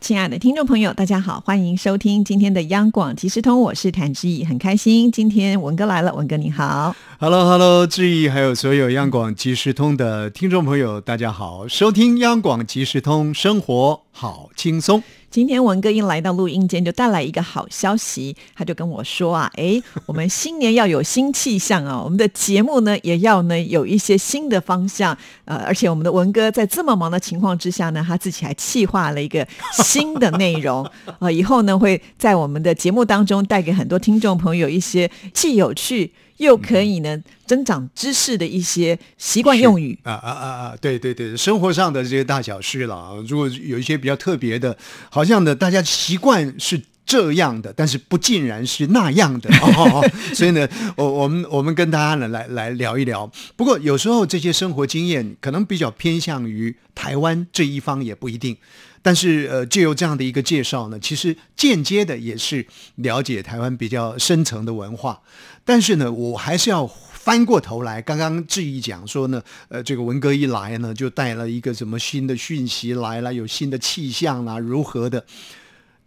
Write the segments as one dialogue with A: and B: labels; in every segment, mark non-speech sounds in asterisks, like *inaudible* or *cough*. A: 亲爱的听众朋友，大家好，欢迎收听今天的央广即时通，我是谭志毅，很开心今天文哥来了，文哥你好。
B: Hello，Hello，志毅，还有所有央广即时通的听众朋友，大家好！收听央广即时通，生活好轻松。
A: 今天文哥一来到录音间，就带来一个好消息，他就跟我说啊， *laughs* 诶，我们新年要有新气象啊，我们的节目呢也要呢有一些新的方向，呃，而且我们的文哥在这么忙的情况之下呢，他自己还企划了一个新的内容， *laughs* 呃，以后呢会在我们的节目当中带给很多听众朋友一些既有趣又可以呢增长知识的一些习惯用语。
B: 啊啊啊啊！对对对，生活上的这些大小事了啊，如果有一些比较特别的，好像呢大家习惯是。这样的，但是不尽然是那样的哦。所以呢，我我们我们跟大家呢来来聊一聊。不过有时候这些生活经验可能比较偏向于台湾这一方，也不一定。但是呃，借由这样的一个介绍呢，其实间接的也是了解台湾比较深层的文化。但是呢，我还是要翻过头来，刚刚志毅讲说呢，呃，这个文哥一来呢，就带了一个什么新的讯息来了，有新的气象啦，如何的。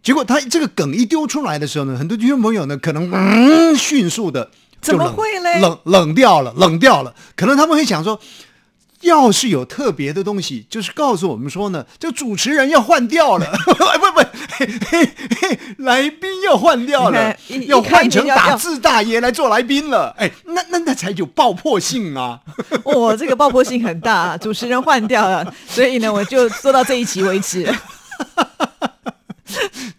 B: 结果他这个梗一丢出来的时候呢，很多听众朋友呢，可能嗯迅速的
A: 怎么会嘞
B: 冷冷掉了，冷掉了。可能他们会想说，要是有特别的东西，就是告诉我们说呢，这主持人要换掉了， *laughs* 不不嘿嘿嘿，来宾要换掉了
A: 你看一，
B: 要换成
A: 一开始要
B: 打字大爷来做来宾了。哎，那那那才有爆破性啊！
A: 我、这个爆破性很大、啊，主持人换掉了，所以呢，我就做到这一集为止。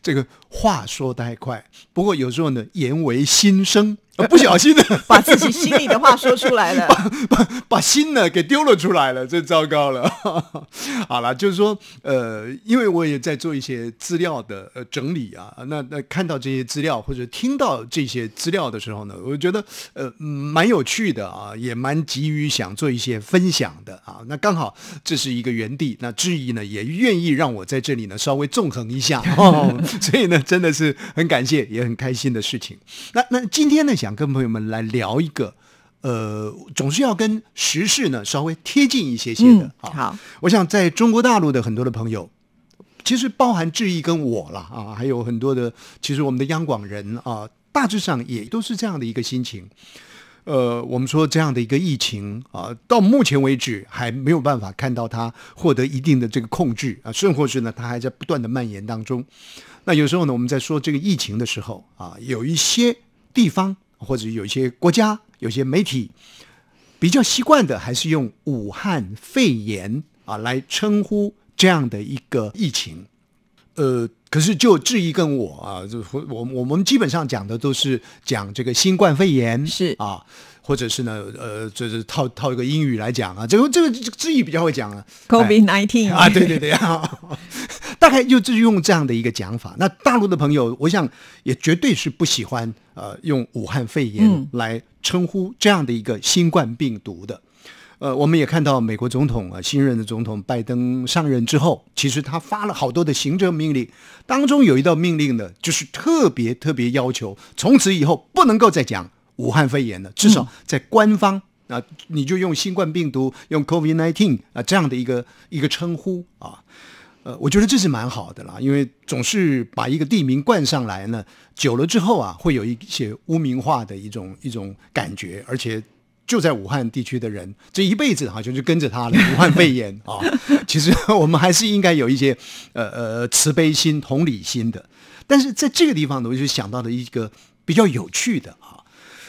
B: 这个话说太快，不过有时候呢，言为心声，呃不小心的。
A: 把自己心里的话说出来了。
B: *laughs* 把 *laughs* 把心呢给丢了出来了，这糟糕了。 *laughs* 好了，就是说，呃，因为我也在做一些资料的呃整理啊，那那看到这些资料或者听到这些资料的时候呢，我觉得呃嗯蛮有趣的啊，也蛮急于想做一些分享的啊。那刚好这是一个园地，那志毅呢也愿意让我在这里呢稍微纵横一下 *laughs* 哦，所以呢真的是很感谢，也很开心的事情。那那今天呢，想跟朋友们来聊一个。呃，总是要跟时事呢稍微贴近一些些的
A: 嗯，
B: 啊。
A: 好，
B: 我想在中国大陆的很多的朋友，其实包含志毅跟我啦啊，还有很多的，其实我们的央广人啊，大致上也都是这样的一个心情。呃，我们说这样的一个疫情啊，到目前为止还没有办法看到它获得一定的这个控制啊，甚或是呢，它还在不断的蔓延当中。那有时候呢，我们在说这个疫情的时候啊，有一些地方或者有一些国家、有些媒体比较习惯的还是用武汉肺炎啊来称呼这样的一个疫情。呃，可是就质疑跟我啊，就我我我们基本上讲的都是讲这个新冠肺炎
A: 是
B: 啊，或者是呢，呃，就是套套一个英语来讲啊，这个这个质疑比较会讲啊
A: COVID nineteen
B: 啊，对对对啊， *laughs* 大概就就是用这样的一个讲法。那大陆的朋友，我想也绝对是不喜欢呃用武汉肺炎
A: 嗯
B: 来称呼这样的一个新冠病毒的。呃，我们也看到美国总统啊、呃新任的总统拜登上任之后，其实他发了好多的行政命令，当中有一道命令呢，就是特别特别要求，从此以后不能够再讲武汉肺炎了，至少在官方。啊，你就用新冠病毒，用 COVID-19 啊这样的一个一个称呼啊，呃，我觉得这是蛮好的啦，因为总是把一个地名冠上来呢，久了之后啊，会有一些污名化的一种一种感觉，而且就在武汉地区的人，这一辈子好像就跟着他了，武汉肺炎啊、其实我们还是应该有一些呃呃慈悲心、同理心的。但是在这个地方呢，我就想到了一个比较有趣的啊，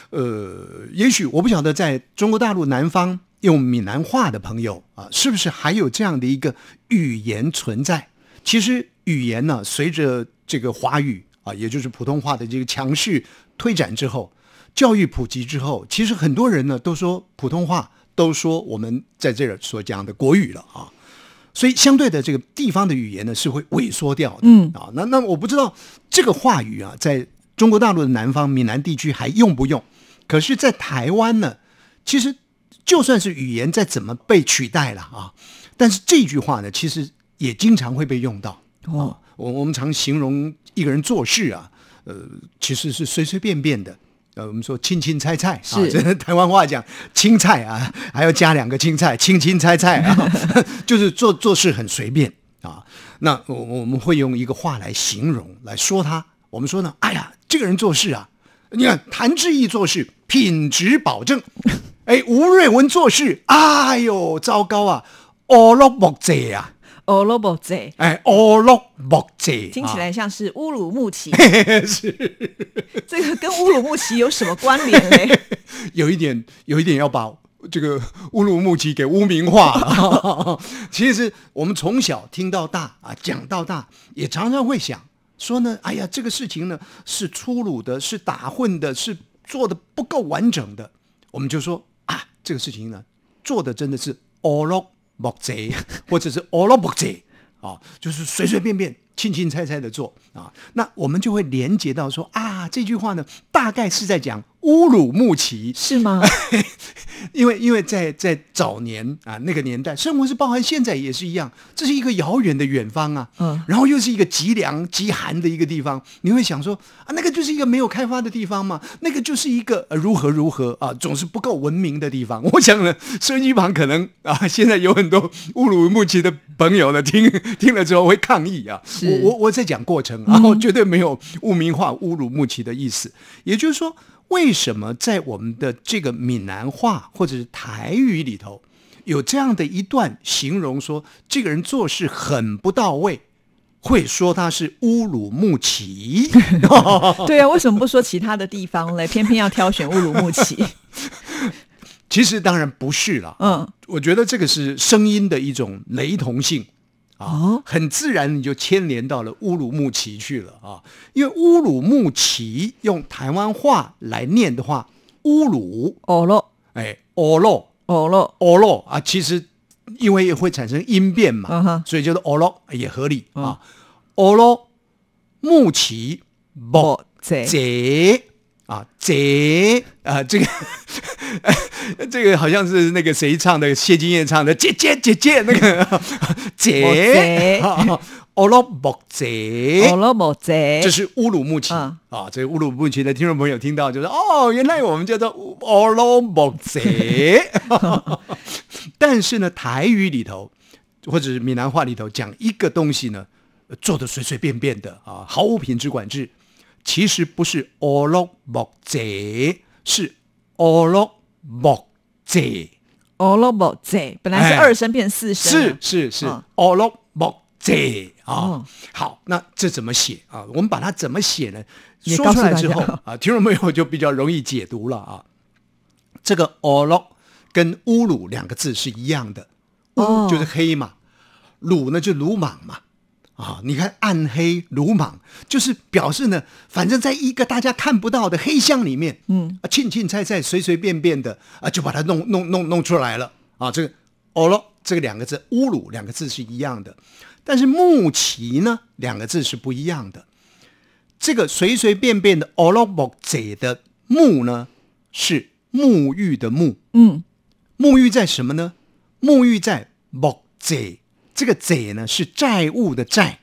B: 呃，也许我不晓得在中国大陆南方用闽南话的朋友啊，是不是还有这样的一个语言存在？其实语言呢，随着这个华语啊，也就是普通话的这个强势推展之后，教育普及之后，其实很多人呢都说普通话，都说我们在这儿所讲的国语了啊。所以相对的，这个地方的语言呢是会萎缩掉的。
A: 嗯
B: 啊，那那我不知道这个话语啊，在中国大陆的南方闽南地区还用不用？可是，在台湾呢，其实就算是语言再怎么被取代了啊，但是这句话呢，其实也经常会被用到。
A: 哦，
B: 我我们常形容一个人做事啊，呃，其实是随随便便的。呃，我们说青青菜菜啊，
A: 是
B: 这是台湾话讲青菜啊，还要加两个青菜，青青菜菜啊， *laughs* 就是做做事很随便啊。那我我们会用一个话来形容来说他，我们说呢，哎呀，这个人做事啊，你看谭志毅做事品质保证， *laughs* 哎，吴瑞文做事，哎呦，糟糕啊，哦落木贼啊，
A: 哦，罗伯贼。
B: 哎，哦落木贼，
A: 听起
B: 啊
A: 来像是乌鲁木齐，
B: *laughs*
A: 是啊这个跟乌鲁木齐有什么关联
B: *laughs*
A: 嘞？
B: 有一点，有一点要把这个乌鲁木齐给污名化。 *laughs* 其实我们从小听到大啊，讲到大，也常常会想说呢，哎呀，这个事情呢是粗鲁的，是打混的，是做的不够完整的，我们就说啊，这个事情呢做的真的是欧罗木贼，或者是欧罗木贼。啊，就是随随便便、轻轻菜菜的做啊，那我们就会连接到说啊，这句话呢，大概是在讲乌鲁木齐，
A: 是吗？
B: 因为因为在在早年啊那个年代，甚至是包含现在也是一样，这是一个遥远的远方啊，
A: 嗯，
B: 然后又是一个极凉极寒的一个地方，你会想说啊，那个就是一个没有开发的地方嘛，那个就是一个、呃如何如何啊，总是不够文明的地方。 *laughs* 我想呢，收音机旁可能啊，现在有很多乌鲁木齐的朋友呢，听听了之后会抗议啊。
A: 是
B: 我我我在讲过程啊，我绝对没有污名化乌鲁木齐的意思。也就是说，为什么在我们的这个闽南话或者是台语里头？有这样的一段形容说，这个人做事很不到位，会说他是乌鲁木齐，哦
A: 对啊，为什么不说其他的地方嘞？偏偏要挑选乌鲁木
B: *laughs*
A: 齐？
B: *laughs* 其实当然不是啦。
A: 嗯，
B: 我觉得这个是声音的一种雷同性啊
A: 哦，
B: 很自然你就牵连到了乌鲁木齐去了啊。因为乌鲁木齐用台湾话来念的话，乌鲁
A: 哦咯，
B: 哎，哦洛
A: 哦咯，
B: 哦洛啊，其实因为会产生音变嘛，
A: 嗯哼嗯
B: 所以叫做哦洛也合理啊。哦洛木齐木
A: 哦贼
B: 贼啊，贼啊，这个这个好像是那个谁唱的，谢金燕唱的，姐姐姐姐那个啊贼
A: 贼，
B: 欧罗木贼。
A: 哦咯莫贼
B: 这，是乌鲁木齐、
A: 嗯
B: 啊，这个乌鲁木齐的听众朋友听到就是哦，原来我们叫做欧罗木
A: *laughs*
B: 贼。但是呢，台语里头或者是闽南话里头讲一个东西呢，呃做的随随便便的啊，毫无品质管制，其实不是欧罗木贼，是欧罗木贼。
A: 哦咯莫贼，本来是
B: 哎
A: 二声变四声啊，
B: 是是是
A: 嗯，
B: 欧罗木贼啊
A: 哦。
B: 好，那这怎么写啊？我们把它怎么写呢？
A: 也
B: 说出来
A: 告诉
B: 之
A: 大家
B: 后
A: *laughs*
B: 啊，听众朋友就比较容易解读了啊。这个欧罗跟乌鲁两个字是一样的，
A: 哦
B: 乌就是黑嘛，鲁呢就鲁莽嘛。啊、你看暗黑鲁莽，就是表示呢，反正在一个大家看不到的黑箱里面，嗯，啊，庆庆菜菜、随随便便的啊，就把它弄弄弄弄出来了啊。这个哦咯，这个两个字，乌鲁两个字是一样的，但是木齐呢，两个字是不一样的。这个随随便便的哦咯木贼的木呢，是沐浴的沐，
A: 嗯，
B: 沐浴在什么呢？沐浴在木贼，这个贼呢是债务的债。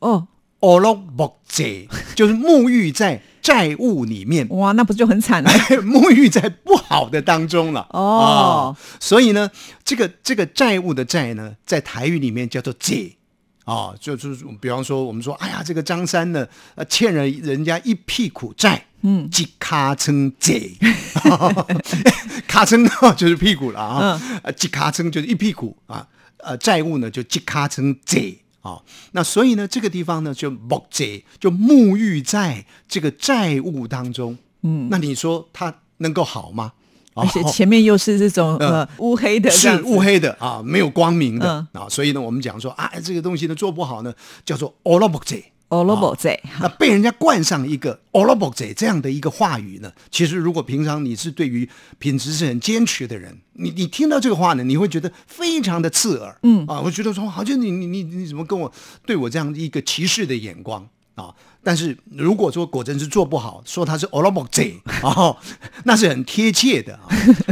A: 哦，
B: 哦咯木
A: *laughs*
B: 贼，就是沐浴在债务里面， *laughs*
A: 哇，那不就很惨了？
B: 哎沐浴在不好的当中了。
A: 哦
B: 啊所以呢，这个这个债务的债呢，在台语里面叫做债。啊、就就是比方说，我们说，哎呀，这个张三呢，呃，欠了人家一屁股债，嗯，即卡称贼， *laughs* 卡称就是屁股了啊，呃，即卡称就是一屁股啊，呃，债务呢就即卡称贼啊，那所以呢，这个地方呢就木贼，就沐浴在这个债务当中，嗯，那你说他能够好吗？
A: 而且
B: 哦
A: 前面又是这种
B: 嗯
A: 呃乌黑的这样
B: 是
A: 子，
B: 乌黑的啊，没有光明的、
A: 嗯
B: 啊，所以呢，我们讲说啊，这个东西呢做不好呢，叫做 o l o b o j
A: 哦咯莫贼，
B: 那被人家冠上一个 o l o b o j 这样的一个话语呢，其实如果平常你是对于品质是很坚持的人，你你听到这个话呢，你会觉得非常的刺耳，嗯啊，我觉得说好像你你你你怎么跟我对我这样一个歧视的眼光。啊，但是如果说果真是做不好，说他是 o l o b o j 哦，那啊是很贴切的啊。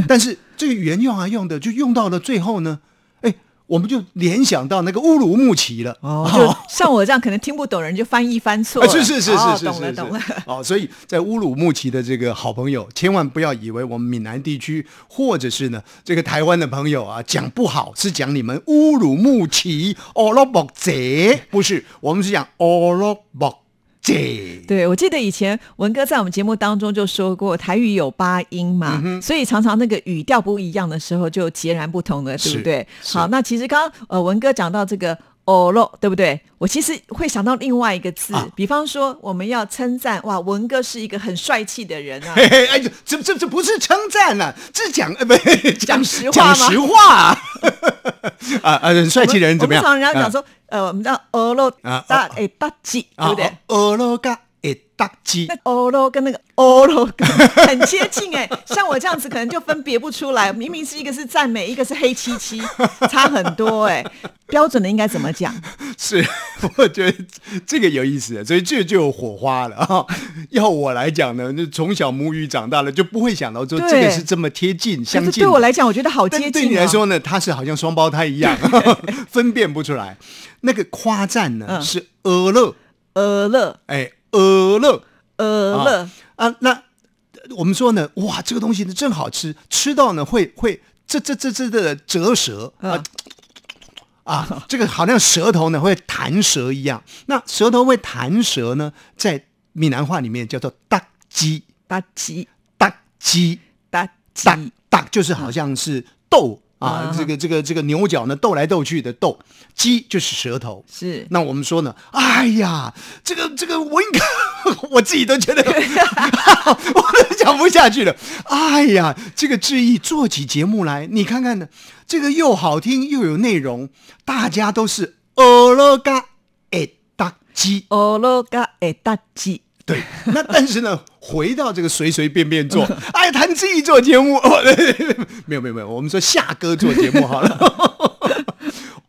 B: 但是这个原用啊用的，就用到了最后呢，哎，我们就联想到那个乌鲁木齐了。
A: 哦，
B: *laughs*
A: 就像我这样可能听不懂人就翻译翻错
B: 啊，
A: 了，
B: 是是是
A: 哦
B: 是是，
A: 懂了
B: 是
A: 懂了。。 *laughs*
B: 是哦，所以在乌鲁木齐的这个好朋友，千万不要以为我们闽南地区或者是呢这个台湾的朋友啊讲不好，是讲你们乌鲁木齐乌鲁木齐，不是，我们是讲乌鲁木齐。
A: 对，我记得以前文哥在我们节目当中就说过，台语有八音
B: 嗯
A: 嘛，所以常常那个语调不一样的时候就截然不同的，对不
B: 是
A: 对？
B: 是
A: 好，那其实刚刚呃文哥讲到这个。哦咯，对不对？我其实会想到另外一个字，
B: 啊
A: 比方说我们要称赞哇，文哥是一个很帅气的人
B: *laughs*
A: 啊，
B: 嘿嘿，哎，这这这这不是称赞啊，这讲呃不
A: 讲实话吗
B: 讲实话 *laughs* 啊啊啊！很帅气的人怎么样？
A: 我们常常讲
B: 啊
A: 说，呃，我们叫哦咯
B: 啊哦
A: 大诶大吉，对不对？？
B: 俄罗嘎诶大鸡
A: 那欧罗跟那个欧罗跟很接近
B: *laughs*
A: 哎、像我这样子可能就分别不出来，明明是一个是赞美，一个是黑漆漆，差很多哎、标准的应该怎么讲？
B: 是， *laughs* 我觉得这个有意思，所以这就有火花了啊、要我来讲呢，就从小母语长大了，就不会想到说
A: 对
B: 这个是这么贴近
A: 可
B: 相
A: 是
B: 近的。
A: 对我来讲，我觉得好
B: 但
A: 接
B: 对你
A: 近、
B: 来
A: 啊。
B: 说呢，它是好像双胞胎一样， *laughs* 分辨不出来。那个夸赞呢、
A: 嗯
B: 是俄勒，
A: 呃乐
B: 哎，俄勒
A: 呃乐，
B: 啊，那我们说呢，哇，这个东西呢真好吃，吃到呢会会这这这这的折舌
A: 嗯
B: 啊、啊，这个好像舌头呢会弹舌一样。那舌头会弹舌呢，在闽南话里面叫做“哒鸡
A: 打鸡
B: 哒鸡
A: 打鸡
B: 哒哒”，就是好像是斗啊
A: 嗯，
B: 这个这个这个牛角呢斗来斗去的斗，鸡就是舌头。
A: 是
B: 那我们说呢？哎呀，这个这个文哥， *laughs* 我自己都觉得 *laughs* 我都讲不下去了。哎呀，这个志毅做起节目来，你看看呢，这个又好听又有内容，大家都是俄勒嘎哎诶达基。
A: 欧罗嘎诶打鸡，
B: 对，那但是呢， *laughs* 回到这个随随便便做，哎，谭志毅做节目， *laughs* 没有没有没有，我们说夏哥做节目好了， *laughs*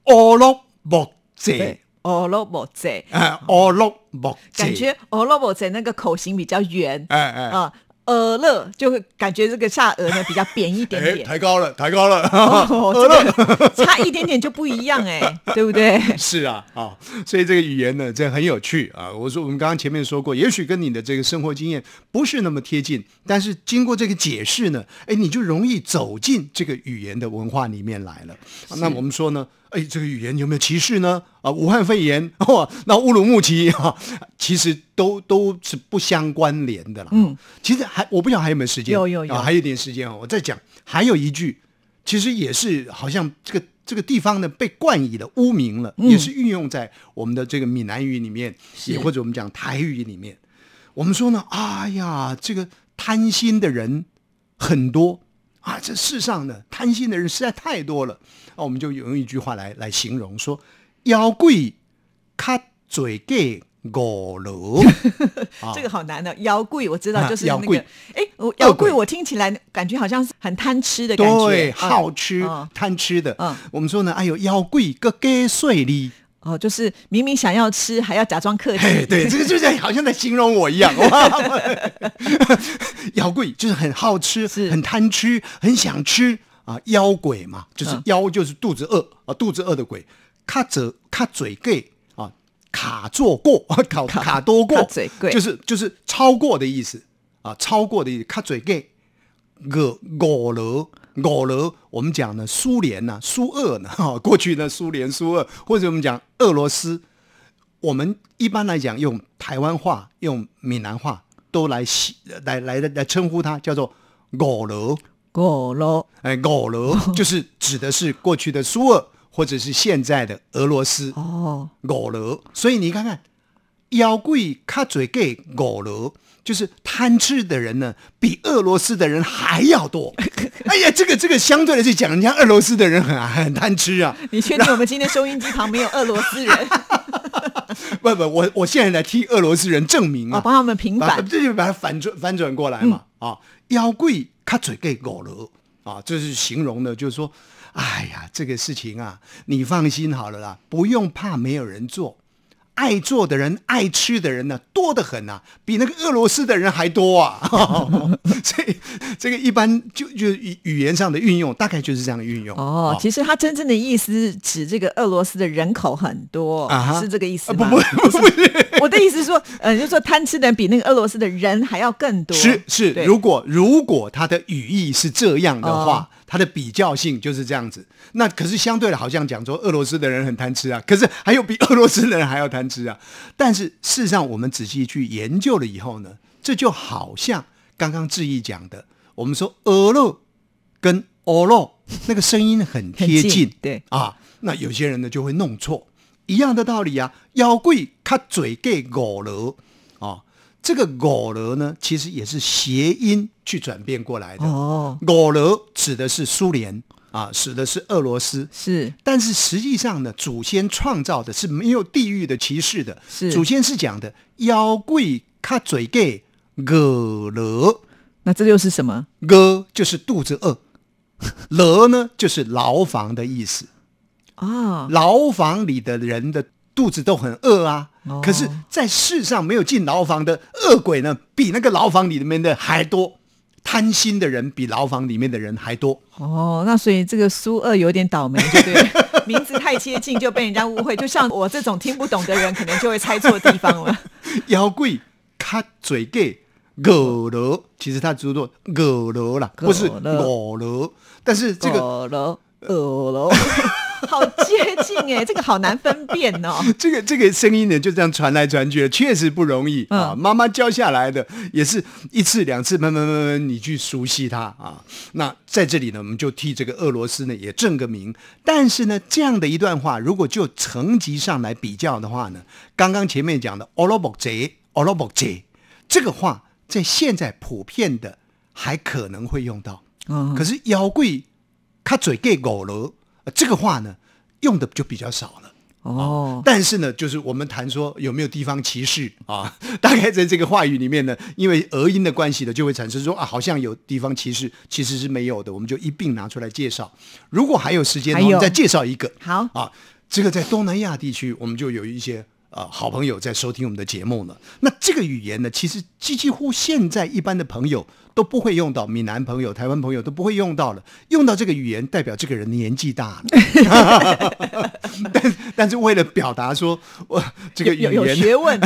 B: 俄勒木者。
A: 对，欧罗莫贼，
B: 哎，哦落木
A: 感觉欧罗莫贼那个口型比较圆
B: 哎哎
A: 啊，呃乐就会感觉这个下颚呢比较扁一点
B: 哎
A: 点。
B: 抬高了，抬高了， *laughs*
A: 哦，这个差一点点就不一样哎、对不对？
B: 是啊啊、所以这个语言呢，这很有趣啊。我说我们刚刚前面说过，也许跟你的这个生活经验不是那么贴近，但是经过这个解释呢，哎，你就容易走进这个语言的文化里面来了。那我们说呢，哎，这个语言有没有歧视呢？啊，武汉肺炎 *laughs* 哇，那乌鲁木齐啊，其实都都是不相关联的啦。嗯，其实还我不晓得还有没有时间，
A: 有有有
B: 啊还有一点时间哦，我再讲，还有一句。其实也是好像这个这个地方呢被冠以了污名了，
A: 嗯
B: 也是运用在我们的这个闽南语里面，也或者我们讲台语里面。我们说呢，哎呀，这个贪心的人很多啊，这世上呢贪心的人实在太多了。啊，我们就用一句话来来形容说，妖贵卡嘴给五楼，啊
A: 这个好难的、摇柜我知道
B: 啊
A: 就是那
B: 摇
A: 个
B: 柜，
A: 哎、我摇柜
B: 恶鬼
A: 我听起来感觉好像是很贪吃的感觉，
B: 对，
A: 嗯
B: 好吃、
A: 嗯
B: 贪吃的。
A: 嗯
B: 我们说呢，哎呦，妖贵个给碎哩。
A: 哦，就是明明想要吃，还要假装客
B: 嘿，
A: 气，
B: 哎
A: *laughs*
B: 对，这个就在好像在形容我一样，哇！ *laughs* 妖鬼就是很好吃，
A: 是
B: 很贪吃，很想吃啊。妖鬼嘛，就是
A: 嗯
B: 妖，就是肚子饿啊，肚子饿的鬼。卡嘴卡嘴给啊，卡坐过，啊卡
A: 卡
B: 卡多过，
A: 卡嘴过
B: 就是就是超过的意思啊，超过的意思。卡嘴给五五楼。五楼，我们讲呢，苏联呐、苏俄呢，哈，过去呢，苏联、苏俄，或者我们讲俄罗斯，我们一般来讲用台湾话、用闽南话都来写来来来来称呼它，叫做“狗楼
A: 果咯，”。
B: 哎，“狗楼”就是指的是过去的苏俄，或者是现在的俄罗斯
A: 哦，
B: “狗楼”。所以你看看，妖贵卡嘴给“狗楼”，就是贪吃的人呢，比俄罗斯的人还要多。哎呀，这个这个相对的是讲人家俄罗斯的人很很贪吃啊，
A: 你确定我们今天收音机旁没有俄罗斯
B: *laughs*
A: 人？
B: 不不，我我现在来替俄罗斯人证明
A: 我
B: 啊。
A: 哦帮他们平
B: 把
A: 反，嗯
B: 这就把它反转反转过来嘛、啊，妖怪卡嘴给狗了啊，这是形容的，就是说，哎呀，这个事情啊，你放心好了啦，不用怕没有人做，爱做的人、爱吃的人呢、多得很啊，比那个俄罗斯的人还多啊。 *laughs* 所以这个一般就就语语言上的运用，大概就是这样运用。啊
A: 哦，
B: 好
A: 其实它真正的意思是指这个俄罗斯的人口很多，
B: 啊哈
A: 是这个意思
B: 啊
A: 吗？
B: 不不不不，
A: 我的意思是说，呃，就是说贪吃的人比那个俄罗斯的人还要更多。
B: 是是，
A: 对
B: 如果如果它的语义是这样的
A: 哦
B: 话，它的比较性就是这样子。那可是相对的，好像讲说俄罗斯的人很贪吃啊， *laughs* 可是还有比俄罗斯的人还要贪吃啊。但是事实上，我们仔细去研究了以后呢，这就好像刚刚志毅讲的，我们说俄勒跟俄勒那个声音
A: 很
B: 很贴
A: 近
B: 近，
A: 对
B: 啊，那有些人呢就会弄错，一样的道理啊。妖贵卡嘴给五楼啊，这个五楼呢，其实也是谐音去转变过来的。
A: 哦，
B: 五楼指的是苏联啊，指的是俄罗斯。
A: 是
B: 但是实际上呢，祖先创造的是没有地域的歧视的。
A: 是
B: 祖先是讲的妖贵卡嘴给五楼，
A: 那这又是什么？
B: 饿就是肚子饿， *laughs* 楼呢就是牢房的意思。
A: 啊、
B: 牢房里的人的肚子都很饿啊。
A: 哦
B: 可是，在世上没有进牢房的恶鬼呢，比那个牢房里面的还多。贪心的人比牢房里面的人还多。
A: 哦，那所以这个苏二有点倒霉，对不 *laughs* 对？名字太接近就被人家误会，就像我这种听不懂的人，可能就会猜错地方了。
B: 妖怪卡嘴给狗罗，其实他只是做狗罗啦，不是
A: 狗罗
B: 狗罗。但是这个
A: 俄罗俄罗，呃 *laughs* 好接近哎、这个好难分辨哦。
B: 这个这个声音呢，就这样传来传去，确实不容易、啊。妈妈教下来的，也是一次两次，慢慢慢慢，你去熟悉它啊。那在这里呢，我们就替这个俄罗斯呢也正个名。但是呢，这样的一段话，如果就层级上来比较的话呢，刚刚前面讲的 o l o b o k 贼 o l o b o k 贼这个话，在现在普遍的还可能会用到。
A: 嗯，
B: 可是妖怪他嘴给狗了，呃这个话呢用的就比较少了。
A: 哦，
B: 但是呢，就是我们谈说有没有地方歧视啊？ *laughs* 大概在这个话语里面呢，因为俄音的关系呢，就会产生说啊，好像有地方歧视，其实是没有的，我们就一并拿出来介绍。如果还有时间，
A: 还
B: 我们
A: 有
B: 再介绍一个
A: 好，
B: 啊。这个在东南亚地区，我们就有一些呃好朋友在收听我们的节目呢。那这个语言呢，其实几几乎现在一般的朋友都不会用到，闽南朋友、台湾朋友都不会用到了。用到这个语言，代表这个人年纪大了。 *laughs* 但但是为了表达说，我这个语
A: 有有有
B: 言
A: 学 *laughs* 问，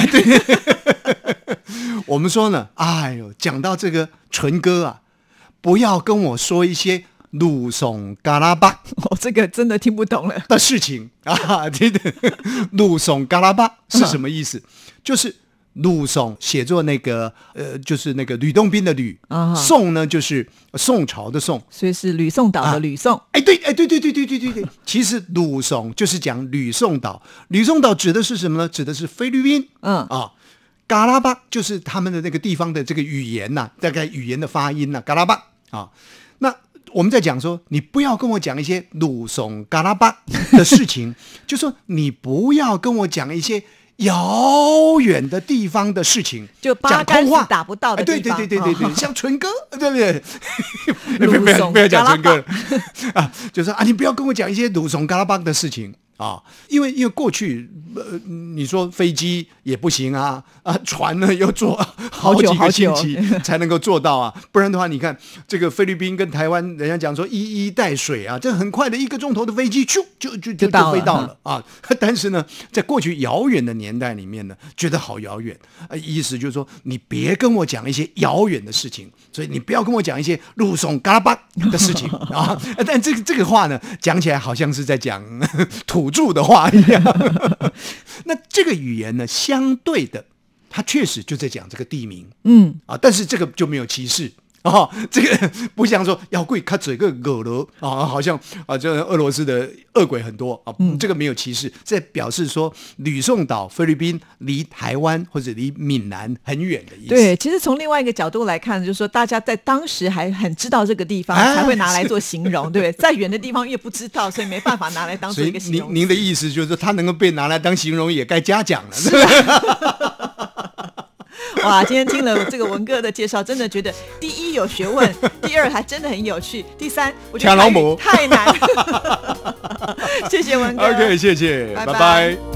B: 我们说呢，哎呦，讲到这个纯哥啊，不要跟我说一些鲁怂嘎拉巴
A: 我这个真的听不懂了。
B: 的呃事情啊，对的，鲁怂嘎拉巴是什么意思？就是鲁怂写作那个呃，就是那个吕洞宾的吕
A: 啊，
B: 宋呢就是宋朝的宋。
A: 所以是吕宋岛的吕宋，
B: 哎，对，哎，对对对对对对对，其实鲁怂就是讲吕宋岛，吕宋岛指的是什么呢？指的是菲律宾。
A: 嗯，
B: 啊。嘎拉巴就是他们的那个地方的这个语言呐、大概语言的发音呐、嘎拉巴啊。那我们在讲说，你不要跟我讲一些鲁怂嘎拉巴的
A: *laughs*
B: 事情，就说你不要跟我讲一些遥远的地方的事情，
A: 就八
B: 讲
A: 竿
B: 空
A: 子
B: 话
A: 打不到的
B: 哎对
A: 地
B: 对
A: 方
B: 对对对
A: *laughs*
B: 对，
A: 哦
B: 像纯哥，对不对？ *laughs* 不
A: 鲁
B: 要不要
A: 怂
B: 不要讲
A: 嘎拉
B: 纯哥了 *laughs* 啊，就说啊，你不要跟我讲一些鲁怂嘎拉邦的事情啊，因为因为过去呃，你说飞机也不行啊，啊，船呢要坐好
A: 久
B: 几
A: 好
B: 个星
A: 久
B: 期
A: *laughs*
B: 才能够做到啊，不然的话，你看这个菲律宾跟台湾，人家讲说一衣带水啊，这很快的一个钟头的飞机，咻就就就
A: 就到
B: 就飞
A: 了
B: 到
A: 嗯
B: 了。啊。 *laughs* 但是呢，在过去遥远的年代里面呢，觉得好遥远，呃，意思就是说你别跟我讲一些遥远的事情，所以你不要跟我讲一些路送嘎拉巴的事情 *laughs* 啊。但这个这个话呢，讲起来好像是在讲 *laughs* 土著的话一样。 *laughs* 那这个语言呢，相对的，它确实就在讲这个地名。
A: 嗯，
B: 啊，但是这个就没有歧视。哦，这个不像说要贵，他嘴个狗了啊，好像啊，这俄罗斯的恶鬼很多啊，
A: 嗯
B: 这个没有歧视，这表示说吕宋岛菲律宾离台湾或者离闽南很远的意思。
A: 对。其实从另外一个角度来看，就是说大家在当时还很知道这个地方，
B: 哎
A: 才会拿来做形
B: *laughs*
A: 容，对不对？再远的地方越不知道，所以没办法拿来当做
B: 所
A: 一
B: 以
A: 个形
B: 您
A: 容。
B: 您的意思就是说它能够被拿来当形容，也该嘉奖了。
A: 啊
B: *laughs*
A: 哇，今天听了这个文哥的介绍，真的觉得第一有学问，第二还真的很有趣，第三我觉得
B: 抢老
A: 台语 *laughs*
B: 母
A: 太难。谢谢文哥。
C: OK，谢谢，
A: 拜
C: 拜
A: 拜
C: 拜